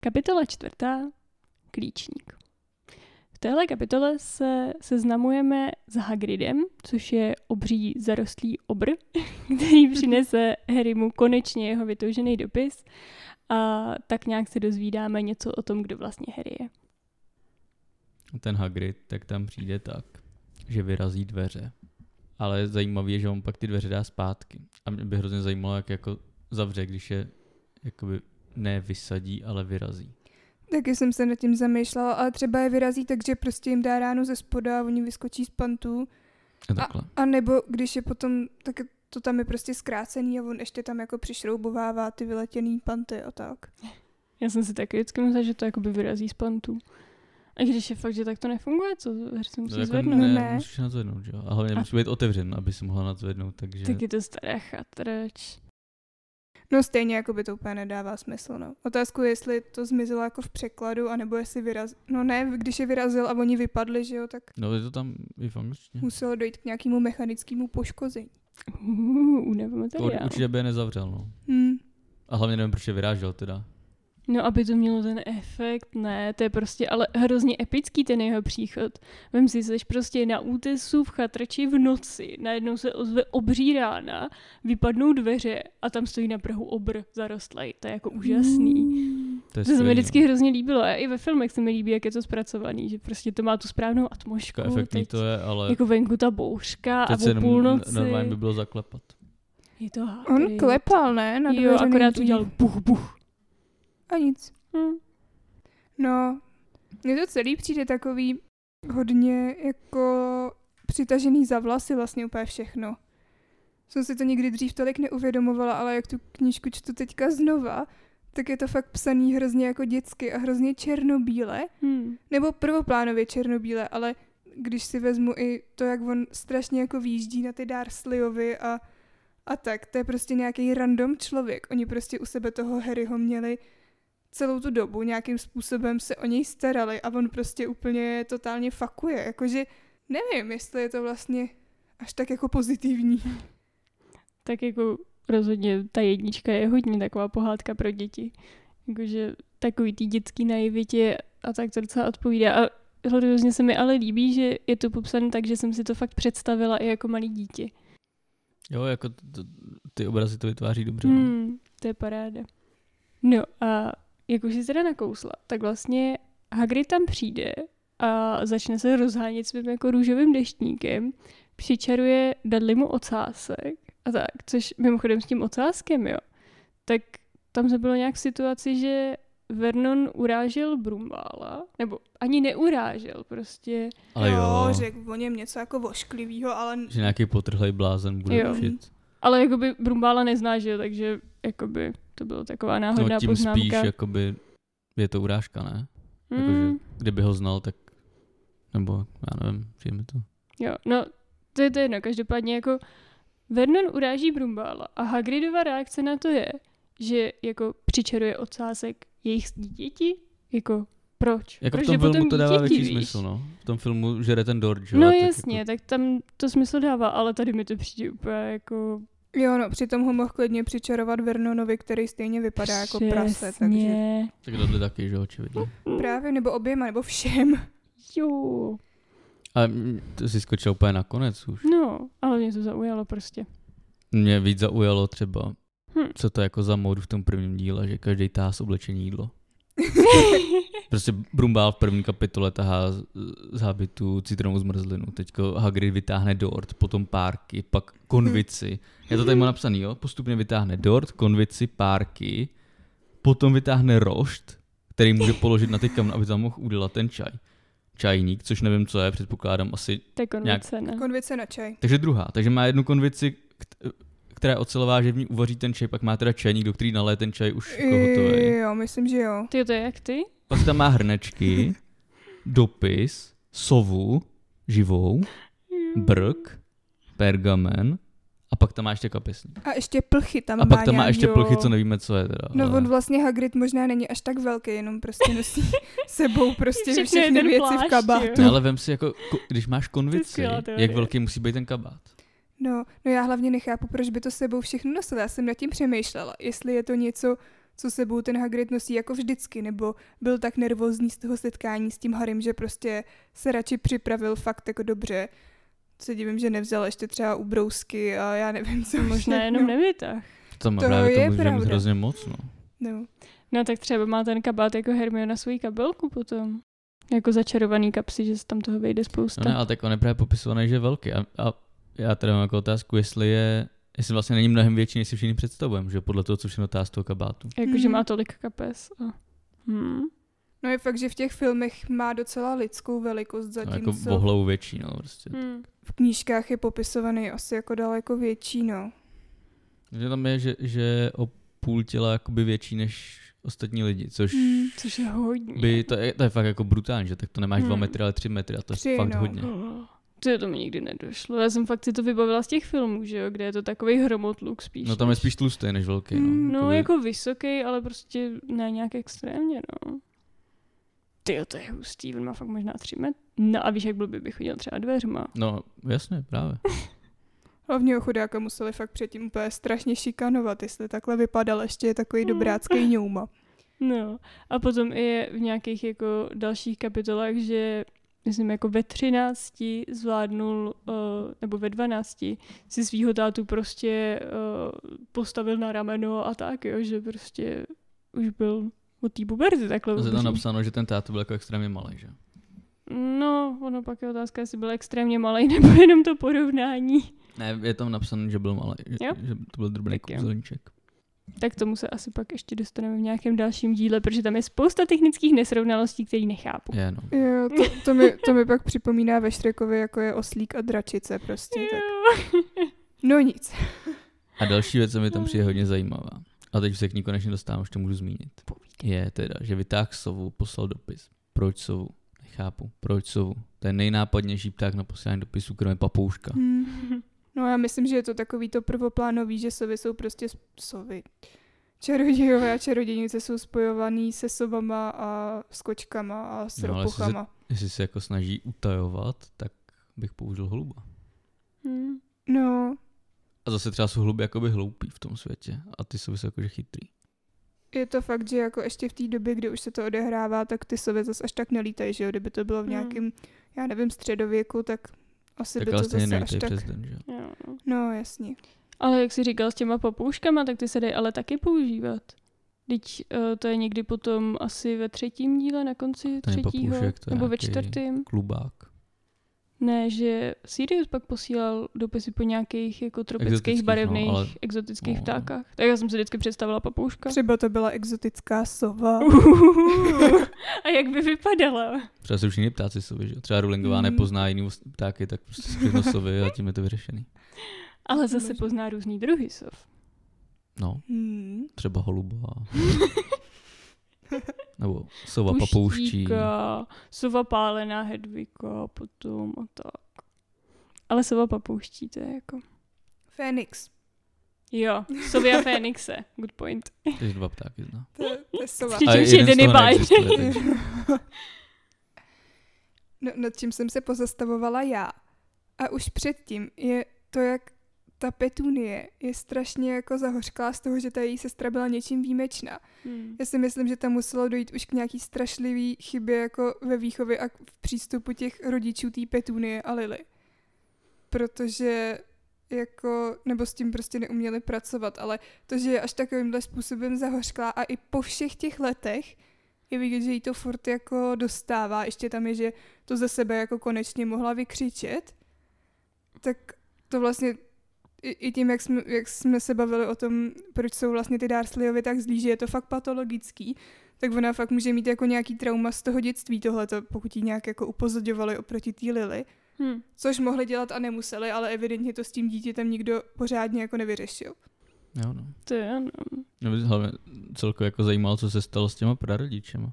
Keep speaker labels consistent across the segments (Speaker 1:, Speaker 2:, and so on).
Speaker 1: Kapitola čtvrtá. Klíčník. V téhle kapitole se seznamujeme s Hagridem, což je obří zarostlý obr, který přinese Harrymu konečně jeho vytoužený dopis a tak nějak se dozvídáme něco o tom, kdo vlastně Harry je.
Speaker 2: ten Hagrid, tak tam přijde tak, že vyrazí dveře. Ale zajímavé je, že on pak ty dveře dá zpátky. A mě by hrozně zajímalo, jak jako zavře, když je jakoby ne vysadí, ale vyrazí.
Speaker 3: Taky jsem se nad tím zamýšlela, ale třeba je vyrazí tak, že prostě jim dá ránu ze spoda a oni vyskočí z pantů.
Speaker 2: A takhle.
Speaker 3: A nebo když je potom, tak to tam je prostě zkrácený a on ještě tam jako přišroubovává ty vyletěný panty a tak.
Speaker 1: Já jsem si taky vždycky myslela, že to jakoby vyrazí z plantů. A když je fakt, že tak to nefunguje, co se musí
Speaker 2: jako
Speaker 1: zvednout.
Speaker 2: ne,
Speaker 3: ne.
Speaker 2: musíš nadzvednout, že jo. A hlavně musí být otevřen, aby si mohla nadzvednout, takže...
Speaker 1: Tak je to stará chatrč.
Speaker 3: No stejně jako by to úplně nedává smysl, no. Otázku je, jestli to zmizelo jako v překladu, anebo jestli vyrazil. No ne, když je vyrazil a oni vypadli, že jo, tak
Speaker 2: No je to tam i v angličtině.
Speaker 3: muselo dojít k nějakému mechanickému poškození.
Speaker 1: Uh, únava
Speaker 2: To
Speaker 1: materiálu.
Speaker 2: určitě by je nezavřel, no.
Speaker 3: Hm.
Speaker 2: A hlavně nevím, proč je vyrážel teda.
Speaker 1: No, aby to mělo ten efekt, ne, to je prostě ale hrozně epický ten jeho příchod. Vem si, jsi prostě na útesu v chatrči v noci, najednou se ozve obří rána, vypadnou dveře a tam stojí na prahu obr zarostlej, to je jako
Speaker 3: Mm.
Speaker 1: úžasný.
Speaker 3: Hm.
Speaker 2: To, je
Speaker 1: To se mi
Speaker 2: skvělý, no.
Speaker 1: vždycky hrozně líbilo a i ve filmech se mi líbí, jak je to zpracovaný, že prostě to má tu správnou atmosféru.
Speaker 2: no. Efektní to je, ale
Speaker 1: Jako venku ta bouřka
Speaker 2: teď
Speaker 1: a
Speaker 2: se
Speaker 1: o
Speaker 2: jenom
Speaker 1: půlnoci.
Speaker 2: normálně by bylo zaklepat.
Speaker 1: Je to
Speaker 3: On
Speaker 1: Hagrid.
Speaker 3: klepal, ne? Na
Speaker 1: Jo,
Speaker 3: dveře
Speaker 1: akorát
Speaker 3: nejdřív.
Speaker 1: udělal buch, buch.
Speaker 3: A nic.
Speaker 1: Hm.
Speaker 3: No, mně to celý přijde takový hodně jako přitažený za vlasy vlastně úplně všechno. Jsem si to nikdy dřív tolik neuvědomovala, ale jak tu knížku čtu teďka znova, tak je to fakt psaný hrozně jako dětsky a hrozně černobíle,
Speaker 1: Hm.
Speaker 3: nebo prvoplánově černobíle, ale když si vezmu i to, jak on strašně jako výjíždí na ty Darsleyovi a, a tak, to je prostě nějaký random člověk. Oni prostě u sebe toho Harryho měli celou tu dobu, nějakým způsobem se o něj starali a on prostě úplně totálně fakuje. Jakože nevím, jestli je to vlastně až tak jako pozitivní.
Speaker 1: tak jako rozhodně ta jednička je hodně taková pohádka pro děti. Jakože takový ty dětský naivitě a tak to docela odpovídá. A hrozně se mi ale líbí, že je to popsané tak, že jsem si to fakt představila i jako malý dítě.
Speaker 2: Jo, jako t- t- ty obrazy to vytváří dobře. no.
Speaker 1: Hmm, to je paráda. No a jak už jsi teda nakousla, tak vlastně Hagrid tam přijde a začne se rozhánět svým jako růžovým deštníkem, přičaruje Dudley mu ocásek a tak, což mimochodem s tím ocáskem, jo, tak tam se bylo nějak v situaci, že Vernon urážel Brumbála, nebo ani neurážel, prostě
Speaker 2: Ale jo, že,
Speaker 3: řekl o něm něco jako vošklivýho, ale
Speaker 2: že nějaký potrhlej blázen bude
Speaker 1: Jo.
Speaker 2: učit.
Speaker 1: ale jakoby Brumbála nezná, že jo, takže jakoby to bylo taková náhodná
Speaker 2: No tím
Speaker 1: poznámka.
Speaker 2: spíš, jakoby, je to urážka, ne?
Speaker 1: Hmm.
Speaker 2: Jakože, kdyby ho znal, tak, nebo já nevím, přijde mi to.
Speaker 1: Jo, no, to je to jedno. Každopádně jako Vernon uráží Brumbála a Hagridova reakce na to je, že jako přičaruje ocásek jejich dítěti, jako proč?
Speaker 2: Jako
Speaker 1: proč
Speaker 2: v tom
Speaker 1: jde po
Speaker 2: filmu to dává
Speaker 1: dítěti,
Speaker 2: větší
Speaker 1: víš?
Speaker 2: smysl, no. V tom filmu žere ten Dorč, jo,
Speaker 1: No
Speaker 2: tak
Speaker 1: jasně,
Speaker 2: Jako,
Speaker 1: tak tam to smysl dává, ale tady mi to přijde úplně jako...
Speaker 3: jo no, přitom ho mohl klidně přičarovat Vernonovi, který stejně vypadá jako prase, takže
Speaker 1: Přesně.
Speaker 2: tak tohle taky, že jo, očividně.
Speaker 3: právě nebo oběma, nebo všem.
Speaker 1: Jo,
Speaker 2: A mm, to si skočil úplně na konec už.
Speaker 1: no, ale mě to zaujalo prostě.
Speaker 2: Mě víc zaujalo třeba,
Speaker 1: Hm.
Speaker 2: co to je jako za módu v tom prvním díle, že každý tahá s oblečení jídlo. Prostě Brumbál v první kapitole tahá z- z hábitu citronovou zmrzlinu. Teďko Hagrid vytáhne dort, potom párky, pak konvici. Já to tady mám napsaný, jo? Postupně vytáhne dort, konvici, párky, potom vytáhne rošt, který může položit na ty kamna, aby tam mohl udělat ten čaj. Čajník, což nevím, co je, předpokládám asi
Speaker 1: To je konvice, ne?
Speaker 3: Konvice na čaj.
Speaker 2: takže druhá. Takže má jednu konvici, kt- která je ocelová, že v ní uvaří ten čaj, pak má teda čajník, do který nalé ten čaj už jako hotový.
Speaker 3: Jo, myslím, že jo.
Speaker 1: Ty to je jak ty?
Speaker 2: Pak tam má hrnečky, dopis, sovu, živou, brk, pergamen a pak tam má ještě kapesník.
Speaker 3: A ještě plchy tam
Speaker 2: A
Speaker 3: má
Speaker 2: pak tam má
Speaker 3: nějak,
Speaker 2: ještě
Speaker 3: jo.
Speaker 2: plochy, co nevíme, co je teda.
Speaker 3: No
Speaker 2: ale-
Speaker 3: on vlastně Hagrid možná není až tak velký, jenom prostě nosí sebou prostě
Speaker 1: Všechny
Speaker 3: všechny,
Speaker 1: jeden
Speaker 3: věci
Speaker 1: plášť,
Speaker 3: v kabátu.
Speaker 2: Ne, ale vem si, jako, ko- když máš
Speaker 1: To je
Speaker 2: konvici,
Speaker 1: skvělá teorie.
Speaker 2: jak velký musí být ten kabát.
Speaker 3: No, no já hlavně nechápu, proč by to sebou všechno nosil. Já jsem nad tím přemýšlela, jestli je to něco, co sebou ten Hagrid nosí jako vždycky, nebo byl tak nervózní z toho setkání s tím Harrym, že prostě se radši připravil fakt jako dobře. Se divím, že nevzal ještě třeba ubrousky a já nevím, co
Speaker 1: Možná
Speaker 3: všechno.
Speaker 1: jenom nevytah.
Speaker 2: To má
Speaker 3: To
Speaker 2: právě
Speaker 3: je
Speaker 2: to může mít
Speaker 3: pravda.
Speaker 2: hrozně moc, no.
Speaker 3: No.
Speaker 1: No tak třeba má ten kabát jako Hermiona svoji kabelku potom. Jako začarovaný kapsy, že se tam toho vejde spousta.
Speaker 2: No ne, ale tak on je právě popisovaný, že je velký. A, a já teda mám jako otázku, jestli je, jestli vlastně není mnohem větší, než si všichni představujeme, že podle toho, co všechno tá z toho kabátu.
Speaker 1: Jakože
Speaker 3: Mhm.
Speaker 1: Jako, má tolik kapes. A... Hmm.
Speaker 3: no je fakt, že v těch filmech má docela lidskou velikost,
Speaker 2: No, jako
Speaker 3: zatímco
Speaker 2: o hlavu větší, no prostě.
Speaker 1: Hmm.
Speaker 3: v knížkách je popisovaný asi jako daleko větší, no.
Speaker 2: Že tam je, že, že je o půl těla jakoby větší než ostatní lidi, což
Speaker 3: Hmm.
Speaker 1: Což je hodně.
Speaker 2: by, to je, to je fakt jako brutální, že tak to nemáš dva
Speaker 1: Hmm.
Speaker 2: metry, ale tři metry a to je
Speaker 3: Tři,
Speaker 2: fakt
Speaker 3: no.
Speaker 2: hodně.
Speaker 1: Oh, To, to mi nikdy nedošlo. Já jsem fakt si to vybavila z těch filmů, že jo, kde je to takový hromotluk spíš.
Speaker 2: No tam je
Speaker 1: než-
Speaker 2: spíš tlustý než velký, no.
Speaker 3: Hmm,
Speaker 1: No,
Speaker 2: by-
Speaker 1: jako vysoký, ale prostě ne nějak extrémně, no. Ty to je hustý, on má fakt možná tři metry. No a víš, jak blbě bych chodil třeba dveřma.
Speaker 2: No, jasně, právě.
Speaker 3: Hlavně ho chudáka museli fakt předtím úplně strašně šikanovat, jestli takhle vypadal, ještě je takový
Speaker 1: Hmm.
Speaker 3: dobrácký ňouma.
Speaker 1: No a potom i v nějakých jako dalších kapitolách, že myslím jako ve 13 zvládnul, uh, nebo ve 12 si svýho tátu prostě uh, postavil na rameno a tak, jo, že prostě už byl od té puberty takhle.
Speaker 2: To je tam
Speaker 1: obří.
Speaker 2: napsáno, že ten táta byl jako extrémně malý, že?
Speaker 1: No, ono pak je otázka, jestli byl extrémně malý nebo jenom to porovnání.
Speaker 2: Ne, je tam napsané, že byl malý, že,
Speaker 1: Jo.
Speaker 2: že to byl drobný
Speaker 1: Tak jo.
Speaker 2: kouzelníček.
Speaker 1: Tak tomu se asi pak ještě dostaneme v nějakém dalším díle, protože tam je spousta technických nesrovnalostí, které nechápu.
Speaker 2: Je, no.
Speaker 3: Jo, to, to, mi, to mi pak připomíná ve Šrekovi, jako je oslík a dračice prostě. Tak.
Speaker 1: Jo.
Speaker 3: No nic.
Speaker 2: A další věc, co mi tam přijde hodně zajímavá, a teď už se k ní konečně dostávám, už to můžu zmínit, je teda, že vytáhl sovu, poslal dopis. Proč sovu? Nechápu. Proč sovu? To je nejnápadnější pták na posílání dopisu, kromě papouška.
Speaker 3: Hmm. No já myslím, že je to takový to prvoplánový, že sovy jsou prostě s- sovy. Čarodějové a čarodějnice jsou spojovaný se sovama a s kočkama a s
Speaker 2: No,
Speaker 3: no,
Speaker 2: ale jestli se-
Speaker 3: ropuchama.
Speaker 2: Jestli se jako snaží utajovat, tak bych použil holuba.
Speaker 1: Hmm.
Speaker 3: No,
Speaker 2: A zase třeba jsou holuby jakoby hloupí v tom světě a ty jsou jakože chytrý.
Speaker 3: je to fakt, že jako ještě v té době, kdy už se to odehrává, tak ty sovy zase až tak nelítají, že jo? Kdyby to bylo v
Speaker 1: Hmm.
Speaker 3: nějakém, já nevím, středověku, tak asi
Speaker 2: Tak
Speaker 3: by
Speaker 2: ale
Speaker 3: to
Speaker 2: stejně
Speaker 3: zase až
Speaker 2: nelítají
Speaker 3: tak...
Speaker 2: přes den, že? jo?
Speaker 1: Jo. no.
Speaker 3: No, jasně.
Speaker 1: Ale jak jsi říkal s těma papouškama, tak ty se dají ale taky používat. Teď to je někdy potom asi ve třetím díle, na konci
Speaker 2: To není
Speaker 1: třetího,
Speaker 2: papoušek, to je
Speaker 1: nebo ve
Speaker 2: nějaký-
Speaker 1: čtvrtém.
Speaker 2: Klubák.
Speaker 1: Ne, že Sirius pak posílal dopisy po nějakých jako tropických,
Speaker 2: Exotických,
Speaker 1: exotických
Speaker 2: no,
Speaker 1: barevných, no,
Speaker 2: ale-
Speaker 1: ale... exotických
Speaker 2: no.
Speaker 1: no. ptákách. Tak já jsem si vždycky představila papouška.
Speaker 3: Třeba to byla exotická sova.
Speaker 1: Uh. Uhuhu. A jak by vypadala?
Speaker 2: Třeba se už jiní ptáci sobě, že? jo? Třeba rulingová
Speaker 3: Mm.
Speaker 2: nepozná jiný ptáky, tak prostě se všechno sobě a tím je to vyřešený.
Speaker 1: Ale
Speaker 3: To
Speaker 1: zase
Speaker 3: možná.
Speaker 1: pozná různý druhy sov.
Speaker 2: No,
Speaker 3: Hmm.
Speaker 2: třeba holuba. Nebo sova papouští.
Speaker 1: Puštíka, sova pálená hedvika, potom a tak. Ale sova papouští, to je jako...
Speaker 3: Fénix.
Speaker 1: Jo, sovy a fénixe. Good point.
Speaker 2: Takže dva ptáky zná.
Speaker 3: To, je- to je sova.
Speaker 1: Přičemž jeden
Speaker 2: z
Speaker 1: je
Speaker 2: toho
Speaker 1: bájný.
Speaker 2: neexistuje, takže-
Speaker 3: No, nad čím jsem se pozastavovala já. A už předtím je to, jak ta petunie je strašně jako zahořklá z toho, že ta její sestra byla něčím výjimečná.
Speaker 1: Hmm.
Speaker 3: Já si myslím, že tam muselo dojít už k nějaký strašlivý chybě jako ve výchově a v přístupu těch rodičů té Petunie a Lily. Protože jako, nebo s tím prostě neuměli pracovat, ale to, že je až takovýmhle způsobem zahořklá a i po všech těch letech je vidět, že jí to furt jako dostává, ještě tam je, že to ze sebe jako konečně mohla vykřičet, tak to vlastně i, i tím, jak jsme, jak jsme se bavili o tom, proč jsou vlastně ty Darsleyovi tak zlí, že je to fakt patologický, tak ona fakt může mít jako nějaký trauma z toho dětství tohleto, pokud ji nějak jako upozorňovali oproti té Lily,
Speaker 1: Hmm.
Speaker 3: což mohli dělat a nemuseli, ale evidentně to s tím dítětem nikdo pořádně jako nevyřešil.
Speaker 2: Jo, no.
Speaker 1: To je ano.
Speaker 2: Mě by hlavně celkově jako zajímalo, co se stalo s těma prarodičema.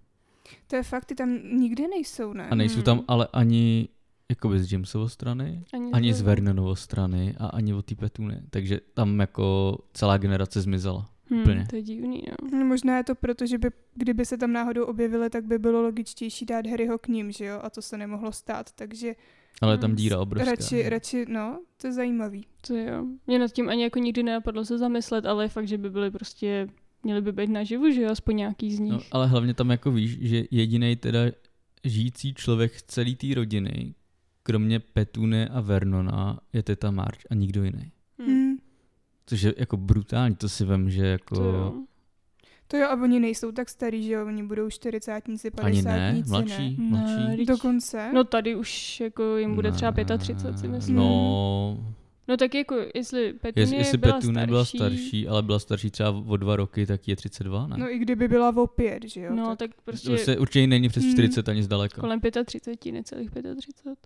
Speaker 3: To je fakt, ty tam nikde nejsou, ne?
Speaker 2: A nejsou
Speaker 1: Hmm.
Speaker 2: tam ale ani jakoby z Jamesovo strany, ani z
Speaker 1: to-
Speaker 2: Vernonovo strany a ani od té Petuny. Takže tam jako celá generace zmizela. úplně.
Speaker 1: Hmm, to je divný, no.
Speaker 3: No, možná je to proto, že by, kdyby se tam náhodou objevily, tak by bylo logičtější dát Harryho k ním, že jo? A to se nemohlo stát, takže
Speaker 2: Ale je tam
Speaker 1: Hmm.
Speaker 2: díra obrovská.
Speaker 3: radši, radši, no, to je zajímavý.
Speaker 1: To jo. Mě nad tím ani jako nikdy nenapadlo se zamyslet, ale je fakt, že by byly prostě měly by být naživu, že jo, aspoň nějaký z nich.
Speaker 2: No, ale hlavně tam jako víš, že jediný teda žijící člověk z celé té rodiny, kromě Petune a Vernona, je teta March a nikdo jiný.
Speaker 3: Hmm.
Speaker 2: Což je jako brutální, to si vem, že jako...
Speaker 1: Hm, To jo.
Speaker 3: To jo, a oni nejsou tak starý, že jo, oni budou čtyřicátníci,
Speaker 2: Ani ne,
Speaker 3: padesátníci,
Speaker 2: mladší,
Speaker 1: Ne,
Speaker 2: mladší.
Speaker 1: vždyť-
Speaker 3: Dokonce.
Speaker 1: No tady už jako jim bude třeba 35, si myslím. No,
Speaker 2: No,
Speaker 1: no tak jako, jestli
Speaker 2: jest,
Speaker 1: Petunie
Speaker 2: jestli
Speaker 1: byla
Speaker 2: Petune
Speaker 1: starší,
Speaker 2: byla starší, ale byla starší třeba o dva roky, tak je 32, ne?
Speaker 3: no i kdyby byla o pět, že jo.
Speaker 1: no
Speaker 3: tak
Speaker 1: tak prostě
Speaker 2: Prostě... Se určitě není přes
Speaker 3: Mm.
Speaker 2: 40 ani zdaleka.
Speaker 1: kolem 35, necelých 35,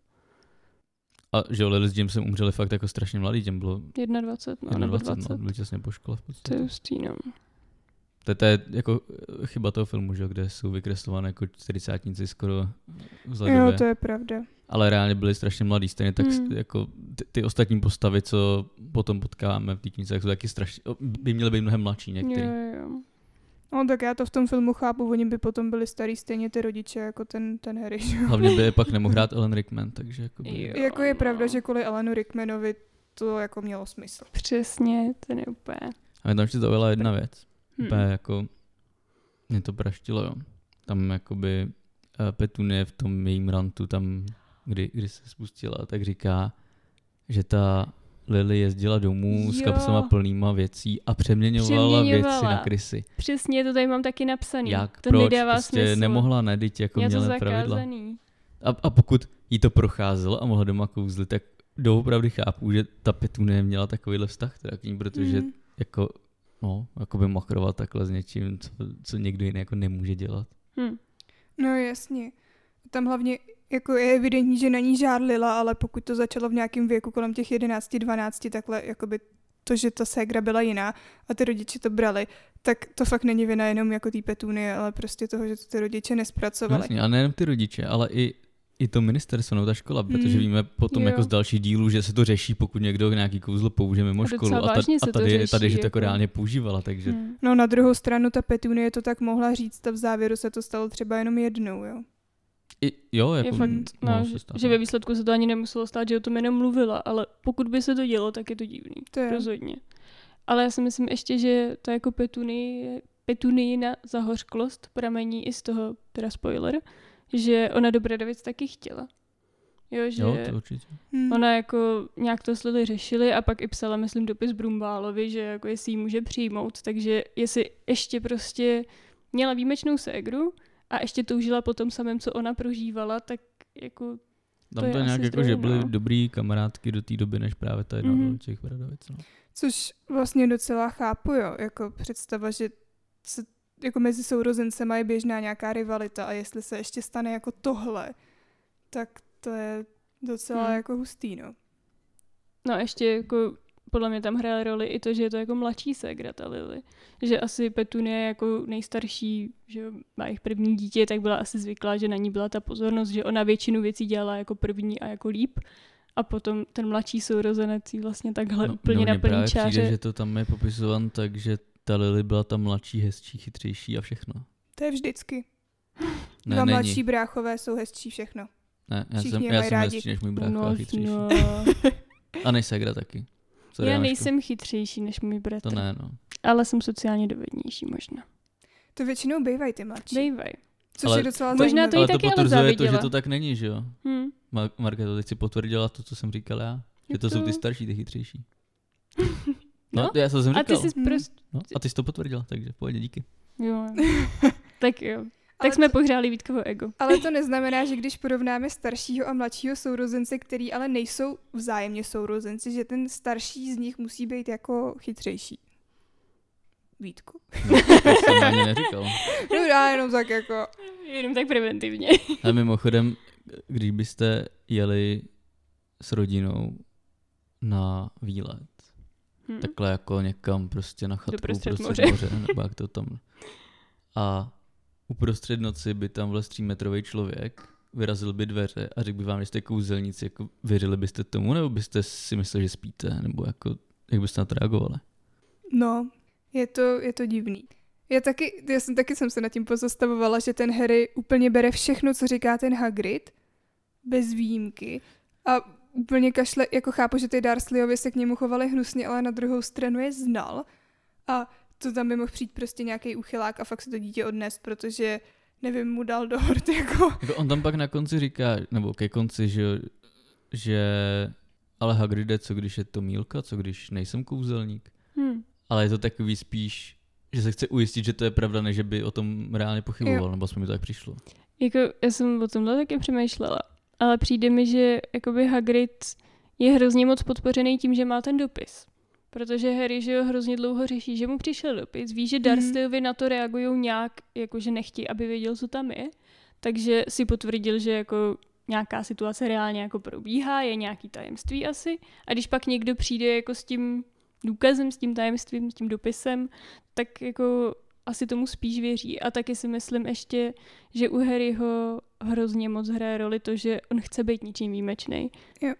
Speaker 2: A že jo, Lily s Jamesem umřeli fakt jako strašně mladý, těm bylo
Speaker 1: 21, no, 21 nebo
Speaker 2: 21,
Speaker 1: 20.
Speaker 2: no, byli těsně po škole v
Speaker 1: To je
Speaker 2: podstatě.
Speaker 1: hustý, no.
Speaker 2: To, to je jako chyba toho filmu, že jo, kde jsou vykreslované jako 40 skoro
Speaker 3: jo,
Speaker 2: vzhledově.
Speaker 3: to je pravda.
Speaker 2: ale reálně byli strašně mladí, stejně tak
Speaker 1: Hmm.
Speaker 2: mm. jako ty, ty ostatní postavy, co potom potkáme v té knize, tak jsou taky strašně, by měly být mnohem mladší některý.
Speaker 1: Jo,
Speaker 2: Yeah.
Speaker 1: jo, jo.
Speaker 3: No tak já to v tom filmu chápu, oni by potom byli starý stejně ty rodiče, jako ten, ten Harry, že jo.
Speaker 2: Hlavně by je pak nemohl hrát Ellen Rickman, takže jako
Speaker 1: Jo.
Speaker 2: by...
Speaker 3: Jako je
Speaker 1: no.
Speaker 3: pravda, že kvůli Alanu Rickmanovi to jako mělo smysl.
Speaker 1: Přesně, ten je úplně...
Speaker 2: A mě tam ještě zaujala jedna věc,
Speaker 1: Hmm.
Speaker 2: úplně jako mě to praštilo, jo. Tam jakoby eh, Petunie v tom jejím rantu, tam, kdy, kdy se spustila, tak říká, že ta Lily jezdila domů s
Speaker 1: Jo.
Speaker 2: kapsama plnýma věcí a přeměňovala,
Speaker 1: Přeměňovala.
Speaker 2: věci na krysy.
Speaker 1: Přesně, to tady mám taky napsaný.
Speaker 2: Jak,
Speaker 1: to
Speaker 2: proč,
Speaker 1: nedává
Speaker 2: prostě
Speaker 1: smysl.
Speaker 2: nemohla ne, teď jako
Speaker 1: Já to
Speaker 2: měla pravidla.
Speaker 1: zakázaný.
Speaker 2: A, a pokud jí to procházelo a mohla doma kouzlit, tak doopravdy chápu, že ta Petunie měla takovýhle vztah teda k ní, protože mm.
Speaker 3: Mm.
Speaker 2: jako, no, jako by makrovat takhle s něčím, co, co někdo jiný jako nemůže dělat.
Speaker 1: Hm.
Speaker 3: No jasně. Tam hlavně jako je evidentní, že na ní žárlila, ale pokud to začalo v nějakém věku kolem těch 11-12, takhle jakoby to, že ta ségra byla jiná a ty rodiče to brali, tak to fakt není vina jenom jako té petunie, ale prostě toho, že to ty rodiče
Speaker 2: No,
Speaker 3: nespracovali.
Speaker 2: jasně, a nejenom ty rodiče, ale i i to ministerstvo nebo ta škola, protože
Speaker 3: Mm.
Speaker 2: víme potom
Speaker 1: Jo.
Speaker 2: jako z dalších dílů, že se to řeší, pokud někdo nějaký kouzlo použije mimo
Speaker 1: A docela
Speaker 2: školu. ta-
Speaker 1: vážně
Speaker 2: a
Speaker 1: se to
Speaker 2: tady,
Speaker 1: řeší,
Speaker 2: tady, že to jako
Speaker 1: jako.
Speaker 2: reálně používala, takže
Speaker 1: Hm.
Speaker 3: No na druhou stranu ta petunie to tak mohla říct a v závěru se to stalo třeba jenom jednou, jo.
Speaker 2: i, jo, jako,
Speaker 1: Je fakt,
Speaker 2: mohlo
Speaker 1: no,
Speaker 2: se
Speaker 1: že,
Speaker 2: stát,
Speaker 1: že
Speaker 2: no.
Speaker 1: ve výsledku se to ani nemuselo stát, že o tom jenom mluvila, ale pokud by se to dělo, tak je to divný.
Speaker 3: To je.
Speaker 1: Rozhodně. Ale já si myslím ještě, že to jako petunie, petunijina zahořklost pramení i z toho, teda spoiler, že ona do Bradavic taky chtěla. Jo, že
Speaker 2: Jo, to určitě.
Speaker 3: Hmm.
Speaker 1: ona jako nějak to s Lily řešili a pak i psala, myslím, dopis Brumbálovi, že jako jestli ji může přijmout, takže jestli ještě prostě měla výjimečnou ségru a ještě toužila po tom samém, co ona prožívala, tak jako
Speaker 2: Tam
Speaker 1: To
Speaker 2: to,
Speaker 1: je
Speaker 2: to
Speaker 1: asi
Speaker 2: nějak jako,
Speaker 1: zdroj,
Speaker 2: že
Speaker 1: no.
Speaker 2: byly dobrý kamarádky do té doby, než právě ta jedna
Speaker 1: Mhm.
Speaker 2: mm. do těch Bradavic. No.
Speaker 3: Což vlastně docela chápu, jo, jako představa, že se, jako mezi sourozencema je běžná nějaká rivalita a jestli se ještě stane jako tohle, tak to je docela
Speaker 1: Hmm.
Speaker 3: hmm. jako hustý, no.
Speaker 1: No a ještě jako podle mě tam hraje roli i to, že je to jako mladší ségra ta Lily. Že asi Petunie jako nejstarší, že jo, má jich první dítě, tak byla asi zvyklá, že na ní byla ta pozornost, že ona většinu věcí dělala jako první a jako líp. A potom ten mladší sourozenec jí vlastně takhle no, úplně
Speaker 2: mně
Speaker 1: na plný
Speaker 2: právě
Speaker 1: čáře.
Speaker 2: přijde, že to tam je popisovan tak, že ta Lily byla ta mladší, hezčí, chytřejší a všechno.
Speaker 3: To je vždycky.
Speaker 2: Ne,
Speaker 3: Dva
Speaker 2: není.
Speaker 3: mladší bráchové jsou hezčí všechno.
Speaker 2: Ne, já
Speaker 3: všichni
Speaker 2: jsem,
Speaker 3: je
Speaker 2: já
Speaker 3: mají
Speaker 2: jsem
Speaker 3: rádi.
Speaker 2: hezčí než můj brácha a chytřejší.
Speaker 1: no,
Speaker 2: A než Segra taky. Sorry,
Speaker 1: já
Speaker 2: Anežko.
Speaker 1: nejsem chytřejší než můj
Speaker 2: To
Speaker 1: bratr,
Speaker 2: ne, no.
Speaker 1: ale jsem sociálně dovednější možná.
Speaker 3: To většinou bývají ty mladší, Bej,
Speaker 1: Bejvaj.
Speaker 3: což
Speaker 2: Ale-
Speaker 3: je docela
Speaker 1: Možná
Speaker 3: zajímavé.
Speaker 1: to jí
Speaker 2: ale
Speaker 1: taky
Speaker 2: to
Speaker 1: ale
Speaker 2: potvrzuje to, že
Speaker 1: záviděla.
Speaker 2: to tak není, že jo?
Speaker 1: Hm.
Speaker 2: Mar- Marka to teď si potvrdila to, co jsem říkal já. Že
Speaker 1: Je
Speaker 2: to jsou
Speaker 1: to-
Speaker 2: ty starší, ty chytřejší.
Speaker 1: No,
Speaker 2: No, to já to jsem
Speaker 1: A
Speaker 2: říkal.
Speaker 1: ty jsi
Speaker 3: Hm.
Speaker 1: prostě...
Speaker 2: no, a ty jsi to potvrdila, takže v pohodě, díky.
Speaker 1: Jo. tak jo. Tak
Speaker 3: Ale
Speaker 1: jsme
Speaker 3: to-
Speaker 1: pohřáli Vítkovo ego.
Speaker 3: Ale to neznamená, že když porovnáme staršího a mladšího sourozence, který ale nejsou vzájemně sourozenci, že ten starší z nich musí být jako chytřejší. Vítku.
Speaker 2: No, to jsem ani neříkal.
Speaker 3: No já jenom tak jako...
Speaker 1: Jenom tak preventivně.
Speaker 2: A mimochodem, když byste jeli s rodinou na výlet,
Speaker 1: Hm.
Speaker 2: takhle jako někam prostě na chatku
Speaker 1: prostřed
Speaker 2: uprostřed
Speaker 1: moře.
Speaker 2: moře, nebo jak to tam. A uprostřed noci by tam vlez třímetrový člověk, vyrazil by dveře a řekl by vám, že jste kouzelníci, jako věřili byste tomu, nebo byste si mysleli, že spíte, nebo jako, jak byste na to reagovali?
Speaker 3: No, je to, je to divný. Já, taky, já jsem taky jsem se nad tím pozastavovala, že ten Harry úplně bere všechno, co říká ten Hagrid, bez výjimky. A úplně kašle, jako chápu, že ty Dursleyovi se k němu chovali hnusně, ale na druhou stranu je znal. A to tam by mohl přijít prostě nějaký uchylák a fakt se to dítě odnést, protože nevím, mu dal do hort jako.
Speaker 2: Jako on tam pak na konci říká, nebo ke konci, že, že ale Hagride, co když je to mílka, co když nejsem kouzelník.
Speaker 1: Hm.
Speaker 2: Ale je to takový spíš, že se chce ujistit, že to je pravda, než by o tom reálně pochyboval, jo. nebo aspoň mi to tak přišlo.
Speaker 1: Jako, já jsem o tomhle taky přemýšlela, ale přijde mi, že jakoby Hagrid je hrozně moc podpořený tím, že má ten dopis. Protože Harry, že jo, hrozně dlouho řeší, že mu přišel dopis, ví, že Dursley na to reagují nějak, jakože nechtějí, aby věděl, co tam je, takže si potvrdil, že jako nějaká situace reálně jako probíhá, je nějaký tajemství asi a když pak někdo přijde jako s tím důkazem, s tím tajemstvím, s tím dopisem, tak jako asi tomu spíš věří. A taky si myslím ještě, že u Harryho hrozně moc hraje roli to, že on chce být ničím výjimečný.
Speaker 3: Jo.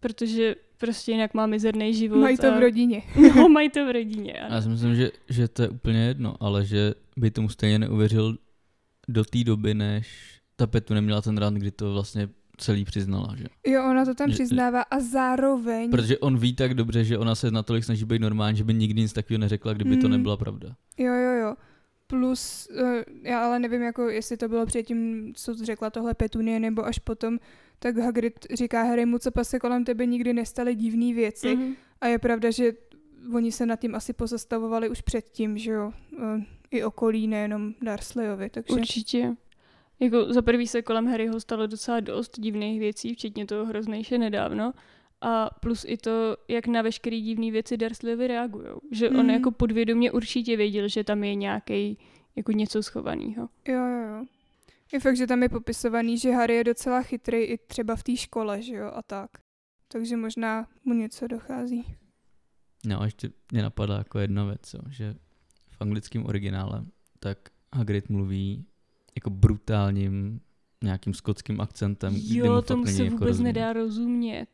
Speaker 1: Protože prostě jinak má mizerný život.
Speaker 3: Mají to
Speaker 1: a...
Speaker 3: v rodině.
Speaker 1: No, mají to v rodině.
Speaker 2: Já
Speaker 1: Ano.
Speaker 2: si myslím, že, že to je úplně jedno, ale že by tomu stejně neuvěřil do té doby, než ta Petu neměla ten rán, kdy to vlastně celý přiznala, že?
Speaker 1: Hmm.
Speaker 3: Jo, ona to tam
Speaker 2: Že-
Speaker 3: přiznává a zároveň...
Speaker 2: Protože on ví tak dobře, že ona se natolik snaží být normální, že by nikdy nic takového neřekla, kdyby
Speaker 1: Hmm.
Speaker 2: to
Speaker 3: Mm.
Speaker 2: nebyla pravda.
Speaker 3: Jo, jo, jo. Plus, eh, já ale nevím, jako jestli to bylo předtím, co řekla tohle Petunie, nebo až potom, tak Hagrid říká Harrymu, co pa se kolem tebe nikdy nestaly divné věci. Mm.
Speaker 1: Mhm.
Speaker 3: A je pravda, že oni se nad tím asi pozastavovali už předtím, že jo. Eh, I okolí, nejenom Dursleyovi, takže...
Speaker 1: Určitě. Jako za prvý se kolem Harryho stalo docela dost divných věcí, včetně toho hroznejše nedávno. A plus i to, jak na veškeré divné věci Dursleyovi reagují. Že on
Speaker 3: Mhm.
Speaker 1: jako podvědomě určitě věděl, že tam je nějaký jako něco schovaného.
Speaker 3: Jo, jo, jo. Je fakt, že tam je popisovaný, že Harry je docela chytrý i třeba v té škole, že jo, a tak. Takže možná mu něco dochází.
Speaker 2: No a ještě mě napadá jako jedna věc, jo, že v anglickém originále tak Hagrid mluví jako brutálním nějakým skotským akcentem, kdy mu
Speaker 1: Jo,
Speaker 2: fakt
Speaker 1: tomu
Speaker 2: není
Speaker 1: se
Speaker 2: jako
Speaker 1: vůbec
Speaker 2: rozumět.
Speaker 1: nedá rozumět.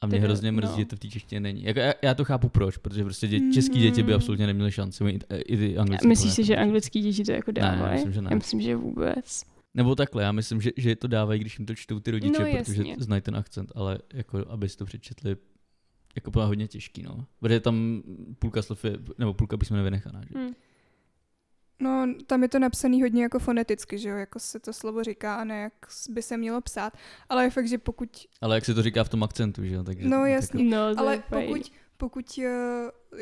Speaker 2: A mě
Speaker 1: Teda,
Speaker 2: hrozně mrzí,
Speaker 1: no.
Speaker 2: že to v té češtině není. Jako, já, já, to chápu proč, protože prostě dě, český děti by
Speaker 3: Mm.
Speaker 2: absolutně neměly šanci. I, i ty anglické.
Speaker 1: Hmm. Myslíš
Speaker 2: to
Speaker 1: si,
Speaker 2: ne-
Speaker 1: že anglický děti to jako
Speaker 2: Ne, já
Speaker 1: dávají?
Speaker 2: myslím, že ne.
Speaker 1: Já myslím, že vůbec.
Speaker 2: Nebo takhle, já myslím, že, že to dávají, když jim to čtou ty rodiče,
Speaker 1: No,
Speaker 2: protože
Speaker 1: jasně.
Speaker 2: znají ten akcent, ale jako, aby si to přečetli, jako bylo hodně těžký, no. Protože tam půlka slov je, nebo půlka písmene vynechaná, že?
Speaker 1: Hm.
Speaker 3: No, tam je to napsaný hodně jako foneticky, že jo, jako se to slovo říká a ne jak s- by se mělo psát, ale je fakt, že pokud,
Speaker 2: Ale jak se to říká v tom akcentu, že jo? Takže,
Speaker 3: No,
Speaker 2: tak-
Speaker 3: jasně.
Speaker 1: No, to
Speaker 3: ale
Speaker 1: je fajn.
Speaker 3: pokud, pokud eh,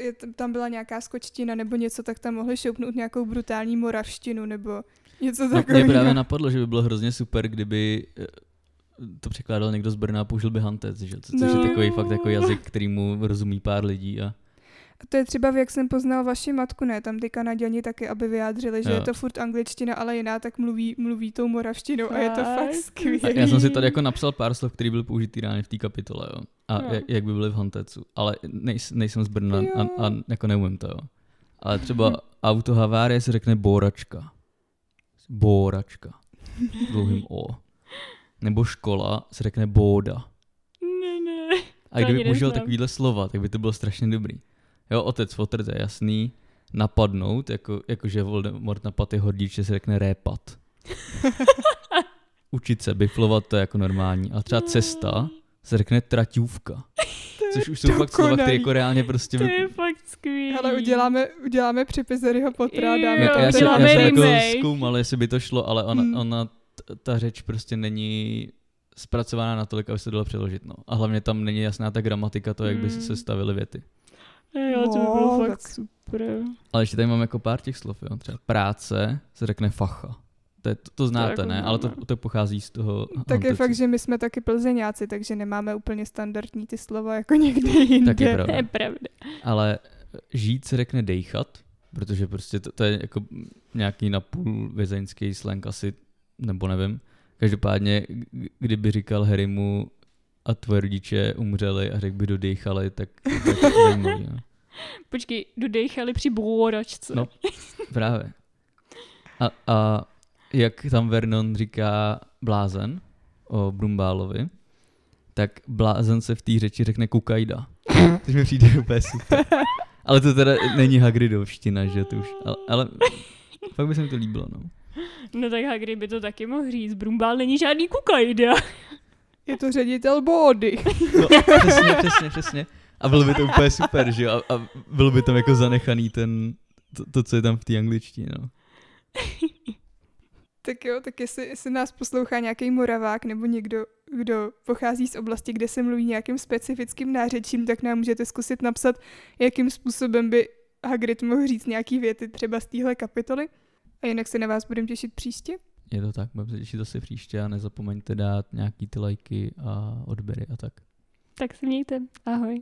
Speaker 3: je, t- tam byla nějaká skočtina nebo něco, tak tam mohli šoupnout nějakou brutální moravštinu nebo něco
Speaker 2: No, mě
Speaker 3: takového.
Speaker 2: právě napadlo, že by bylo hrozně super, kdyby eh, to překládal někdo z Brna a použil by Hantec, že? Co, což
Speaker 3: No.
Speaker 2: je takový fakt jako jazyk, kterýmu rozumí pár lidí a
Speaker 3: A to je třeba, v jak jsem poznal vaši matku, ne, tam ty Kanaděni taky, aby vyjádřili, že
Speaker 2: Jo.
Speaker 3: je to furt angličtina, ale jiná, tak mluví, mluví tou moravštinou a je to fakt
Speaker 1: Fakt?
Speaker 2: A
Speaker 3: skvělé.
Speaker 2: já jsem si tady jako napsal pár slov, které byly použitý reálně v té kapitole, jo. A
Speaker 1: Jo.
Speaker 2: jak, jak by byly v Hantecu. Ale nejs, nejsem z Brna
Speaker 3: Jo.
Speaker 2: a, a, jako neumím to, jo. Ale třeba autohavárie se řekne bóračka. Bóračka. S Dlouhým O. Nebo škola se řekne bóda.
Speaker 1: Ne, ne.
Speaker 2: A
Speaker 1: To
Speaker 2: kdyby
Speaker 1: ani no.
Speaker 2: použil
Speaker 1: neznám.
Speaker 2: takovýhle slova, tak by to bylo strašně dobrý. Jo, otec Potter, to je jasný. Napadnout, jako, jako že Voldemort napad je hordíče, se řekne répat. Učit se, biflovat, to je jako normální. A třeba cesta se řekne traťůvka. Což už jsou fakt slova, které
Speaker 3: dokonalý.
Speaker 2: jako reálně prostě...
Speaker 1: To
Speaker 2: vy-
Speaker 1: je fakt skvělý.
Speaker 3: Ale uděláme, uděláme přepis Harryho Pottera a dáme
Speaker 2: Ne,
Speaker 1: Jo,
Speaker 3: tam
Speaker 2: já,
Speaker 3: ten
Speaker 2: jsem, já
Speaker 1: uděláme
Speaker 2: jsem
Speaker 3: název.
Speaker 2: jako
Speaker 1: remake.
Speaker 2: zkoumal, jestli by to šlo, ale ona,
Speaker 3: Hmm.
Speaker 2: ona t- ta řeč prostě není zpracovaná natolik, aby se dala přeložit. No. A hlavně tam není jasná ta gramatika, to, jak by
Speaker 1: Hmm.
Speaker 2: se stavily věty.
Speaker 1: Jo, to by bylo
Speaker 3: No,
Speaker 1: fakt
Speaker 3: tak.
Speaker 1: super.
Speaker 2: Ale ještě tady mám jako pár těch slov, jo. Třeba práce se řekne facha. To, je, to, to znáte,
Speaker 1: jako
Speaker 2: ne? Ale to,
Speaker 1: známe.
Speaker 2: to pochází z toho...
Speaker 3: Tak je
Speaker 2: Hantecu.
Speaker 3: fakt, že my jsme taky plzeňáci, takže nemáme úplně standardní ty slova jako někde jinde.
Speaker 2: Tak je
Speaker 1: To
Speaker 2: pravda.
Speaker 1: je pravda.
Speaker 2: Ale eh, žít se řekne dejchat, protože prostě to, to je jako nějaký napůl vězeňský slang asi, nebo nevím. Každopádně, k- kdyby říkal Harrymu a tvoje rodiče umřeli a řekl by dodejchali, tak to je taky zajímavý, no.
Speaker 1: Počkej, dodejchali při bůračce.
Speaker 2: No. Právě. A, a jak tam Vernon říká blázen o Brumbálovi, tak blázen se v té řeči řekne kukajda. Což mi přijde úplně super. Ale to teda není Hagridovština, že jo, to už, ale, ale fakt by se mi to líbilo, no.
Speaker 1: no tak Hagrid by to taky mohl říct. Brumbál není žádný kukajda.
Speaker 3: Je to ředitel Body.
Speaker 2: no přesně, přesně, přesně. A bylo by to úplně super, že jo, a, a byl by tam jako zanechaný ten, to, to, co je tam v té angličtině, no.
Speaker 3: Tak jo, tak jestli, jestli nás poslouchá nějaký Moravák nebo někdo, kdo pochází z oblasti, kde se mluví nějakým specifickým nářečím, tak nám můžete zkusit napsat, jakým způsobem by Hagrid mohl říct nějaký věty třeba z téhle kapitoly. A jinak se na vás budeme těšit příště.
Speaker 2: Je to tak, budeme se těšit zase příště a nezapomeňte dát nějaký ty lajky a odběry a tak.
Speaker 1: Tak se mějte. Ahoj.